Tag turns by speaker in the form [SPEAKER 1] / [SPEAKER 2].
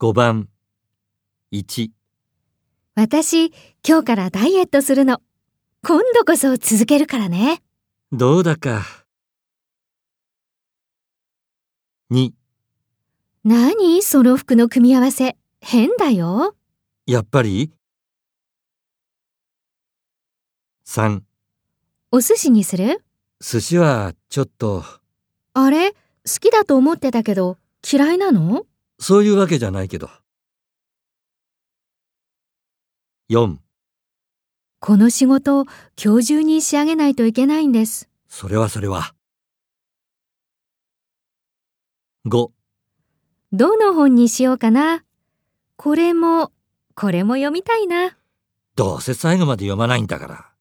[SPEAKER 1] 5番1
[SPEAKER 2] 私、今日からダイエットするの。今度こそ続けるからね。
[SPEAKER 1] どうだか2
[SPEAKER 2] 何その服の組み合わせ。変だよ。
[SPEAKER 1] やっぱり3
[SPEAKER 2] お寿司にする
[SPEAKER 1] 寿司はちょっと
[SPEAKER 2] あれ好きだと思ってたけど、嫌いなの
[SPEAKER 1] そういうわけじゃないけど4
[SPEAKER 2] この仕事を今日中に仕上げないといけないんです。
[SPEAKER 1] それはそれは5
[SPEAKER 2] どの本にしようかな。これも、これも読みたいな。
[SPEAKER 1] どうせ最後まで読まないんだから。